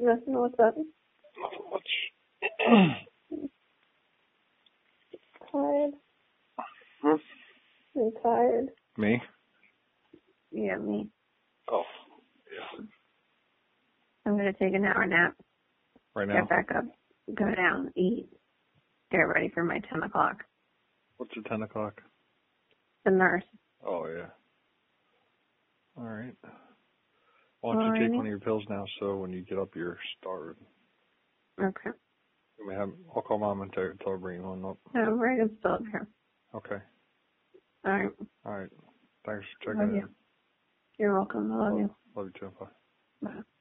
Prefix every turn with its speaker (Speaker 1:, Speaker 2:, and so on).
Speaker 1: Nasıl olsun? tired.
Speaker 2: Hmm?
Speaker 1: I'm tired.
Speaker 2: Me?
Speaker 1: Yeah, me.
Speaker 2: Oh. Yeah.
Speaker 1: I'm gonna take an hour nap.
Speaker 2: Right
Speaker 1: Get
Speaker 2: now?
Speaker 1: back up. Go down. Eat. Get ready for my ten o'clock.
Speaker 2: What's your 10 o'clock?
Speaker 1: The nurse.
Speaker 2: Oh, yeah. All right. Why don't you
Speaker 1: Alrighty.
Speaker 2: take one of your pills now so when you get up, you're starved.
Speaker 1: Okay.
Speaker 2: I mean, I'm- I'll call mom and tell, tell her to bring you one up.
Speaker 1: I'm ready to still up here.
Speaker 2: Okay.
Speaker 1: All right.
Speaker 2: All right. Thanks for
Speaker 1: Love
Speaker 2: checking
Speaker 1: you. You're welcome. I love you.
Speaker 2: in. Love you too. Bye.
Speaker 1: Bye.